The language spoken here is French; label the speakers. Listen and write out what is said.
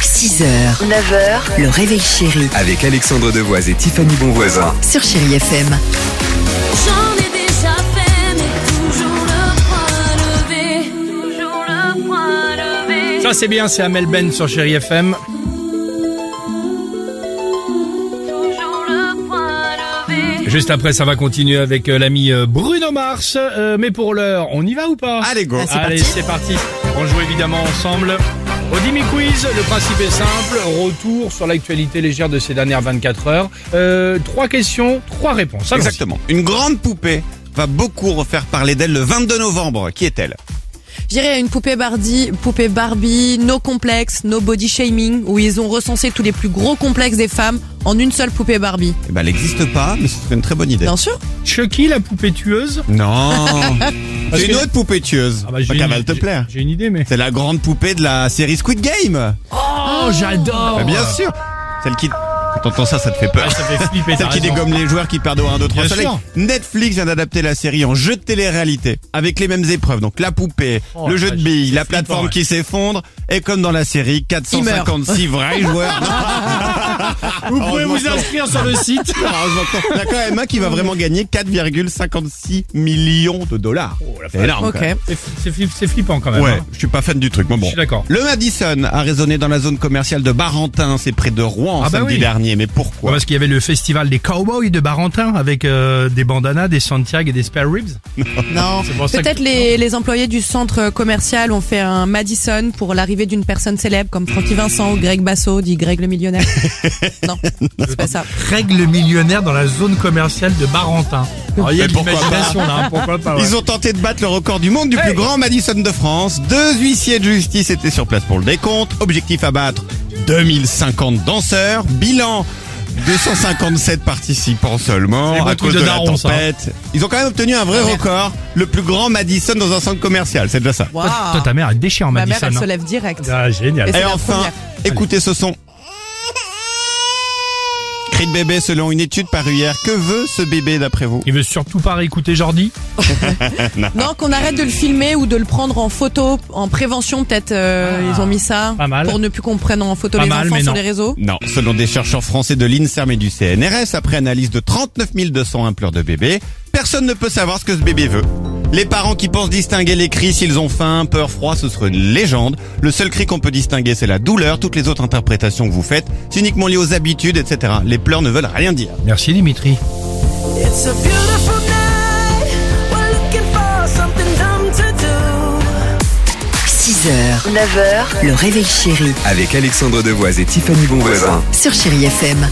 Speaker 1: 6h, 9h, le réveil chéri
Speaker 2: Avec Alexandre Devoise et Tiffany Bonvoisin.
Speaker 1: sur Chéri FM.
Speaker 3: J'en ai déjà fait, mais toujours le point levé. Toujours le point levé.
Speaker 4: Ça c'est bien, c'est Amel Ben sur Chéri FM.
Speaker 3: Toujours le point levé.
Speaker 4: Juste après, ça va continuer avec euh, l'ami euh, Bruno Mars. Euh, mais pour l'heure, on y va ou pas
Speaker 2: Allez, go. Ah, c'est
Speaker 4: Allez, c'est parti. On joue évidemment ensemble. Au Dimi Quiz, le principe est simple. Retour sur l'actualité légère de ces dernières 24 heures. Euh, trois questions, trois réponses. Allons-y.
Speaker 2: Exactement. Une grande poupée va beaucoup refaire parler d'elle le 22 novembre. Qui est-elle
Speaker 5: J'irai à une poupée Barbie, poupée Barbie, no complexe, no body shaming, où ils ont recensé tous les plus gros complexes des femmes en une seule poupée Barbie.
Speaker 2: Eh ben, elle n'existe pas, mais ce serait une très bonne idée.
Speaker 5: Bien sûr.
Speaker 4: Chucky, la poupée tueuse.
Speaker 2: Non.
Speaker 4: Parce
Speaker 2: C'est une
Speaker 4: que-
Speaker 2: autre poupée tueuse.
Speaker 4: Ah bah, j'ai
Speaker 2: Pas qu'elle
Speaker 4: une-
Speaker 2: va te
Speaker 4: j'ai-
Speaker 2: plaire.
Speaker 4: J'ai une idée, mais.
Speaker 2: C'est la grande poupée de la série Squid Game.
Speaker 4: Oh, j'adore.
Speaker 2: Bah, bien sûr. Celle qui... Quand T'entends ça, ça te fait peur.
Speaker 4: Ah, ça fait flipper.
Speaker 2: Celle
Speaker 4: t'as
Speaker 2: qui
Speaker 4: raison.
Speaker 2: dégomme les joueurs qui perdent au 1, 2, 3
Speaker 4: Bien
Speaker 2: soleil.
Speaker 4: sûr.
Speaker 2: Netflix vient d'adapter la série en jeu de télé-réalité avec les mêmes épreuves. Donc la poupée,
Speaker 4: Oh,
Speaker 2: le
Speaker 4: la
Speaker 2: jeu de
Speaker 4: vache,
Speaker 2: billes,
Speaker 4: c'est
Speaker 2: la
Speaker 4: flippant,
Speaker 2: plateforme
Speaker 4: ouais.
Speaker 2: qui s'effondre. Et comme dans la série, 456 vrais joueurs.
Speaker 4: Vous pouvez
Speaker 2: Heureusement
Speaker 4: vous inscrire sur le site.
Speaker 2: Non, heureusement que non. Il y en a quand même un qui va vraiment gagner 4,56 millions de dollars.
Speaker 4: Oh,
Speaker 2: C'est énorme.
Speaker 5: Ok.
Speaker 2: quand même.
Speaker 4: C'est- C'est flipp- c'est flippant quand même.
Speaker 2: Ouais,
Speaker 4: hein.
Speaker 2: je suis pas fan du truc, mais
Speaker 4: Je
Speaker 2: bon.
Speaker 4: suis d'accord.
Speaker 2: Le Madison a résonné dans la zone commerciale de Barentin, c'est près de Rouen
Speaker 4: Ah bah
Speaker 2: samedi
Speaker 4: oui.
Speaker 2: dernier. Mais
Speaker 4: Ouais,
Speaker 2: pourquoi
Speaker 4: parce qu'il y avait le festival des cowboys de Barentin avec euh, des bandanas, des Santiago et des spare ribs.
Speaker 5: Non.
Speaker 4: C'est pour ça que-
Speaker 5: Peut-être les, les employés du centre commercial ont fait un Madison pour l'arrivée d'une personne célèbre comme Francky Vincent ou Greg Basso, dit Greg le millionnaire. non, c'est pas ça.
Speaker 4: Règle millionnaire dans la zone commerciale de Barentin. Alors, Ah, il y a
Speaker 2: Mais
Speaker 4: de
Speaker 2: pourquoi
Speaker 4: l'imagination là, hein, pourquoi pas. ouais.
Speaker 2: Ils ont tenté de battre le record du monde du plus
Speaker 4: Hey.
Speaker 2: grand Madison de France. Deux huissiers de justice étaient sur place pour le décompte. Objectif à battre 2050 danseurs. Bilan 257 participants seulement
Speaker 4: C'est les bons
Speaker 2: à
Speaker 4: trucs
Speaker 2: cause de,
Speaker 4: de
Speaker 2: la
Speaker 4: daron, ça.
Speaker 2: tempête. Ils ont quand même obtenu un vrai record, le plus grand Madison dans un centre commercial. C'est déjà ça.
Speaker 5: Waouh.
Speaker 4: Toi, ta mère, elle déchire en
Speaker 5: Ma mère,
Speaker 4: Madison.
Speaker 5: elle se
Speaker 4: hein.
Speaker 5: lève direct.
Speaker 4: Ah, génial.
Speaker 5: Et
Speaker 2: Et
Speaker 5: la
Speaker 2: enfin,
Speaker 5: première.
Speaker 2: écoutez ce son. Cri de bébé selon une étude parue hier. Que veut ce bébé d'après vous
Speaker 4: Il veut surtout pas réécouter Jordi.
Speaker 5: Non, qu'on arrête de le filmer ou de le prendre en photo, en prévention peut-être. euh,
Speaker 4: Ah.
Speaker 5: ils ont mis ça
Speaker 4: Pas mal.
Speaker 5: pour ne plus qu'on prenne en photo
Speaker 4: Pas
Speaker 5: les
Speaker 4: mal,
Speaker 5: enfants
Speaker 4: mais
Speaker 5: sur
Speaker 4: non.
Speaker 5: les réseaux.
Speaker 2: Non, selon des chercheurs français de l'INSERM et du CNRS, après analyse de 39 201 pleurs de bébés, personne ne peut savoir ce que ce bébé veut. Les parents qui pensent distinguer les cris s'ils ont faim, peur, froid, ce serait une légende. Le seul cri qu'on peut distinguer, c'est la douleur. Toutes les autres interprétations que vous faites, c'est uniquement lié aux habitudes, etc. Les pleurs ne veulent rien dire.
Speaker 4: Merci Dimitri.
Speaker 6: It's a beautiful night. We're looking for something dumb to do.
Speaker 1: 6h, 9h, le réveil chéri
Speaker 7: Avec Alexandre Devoise et Tiffany Bonvoisin.
Speaker 1: sur Chéri FM.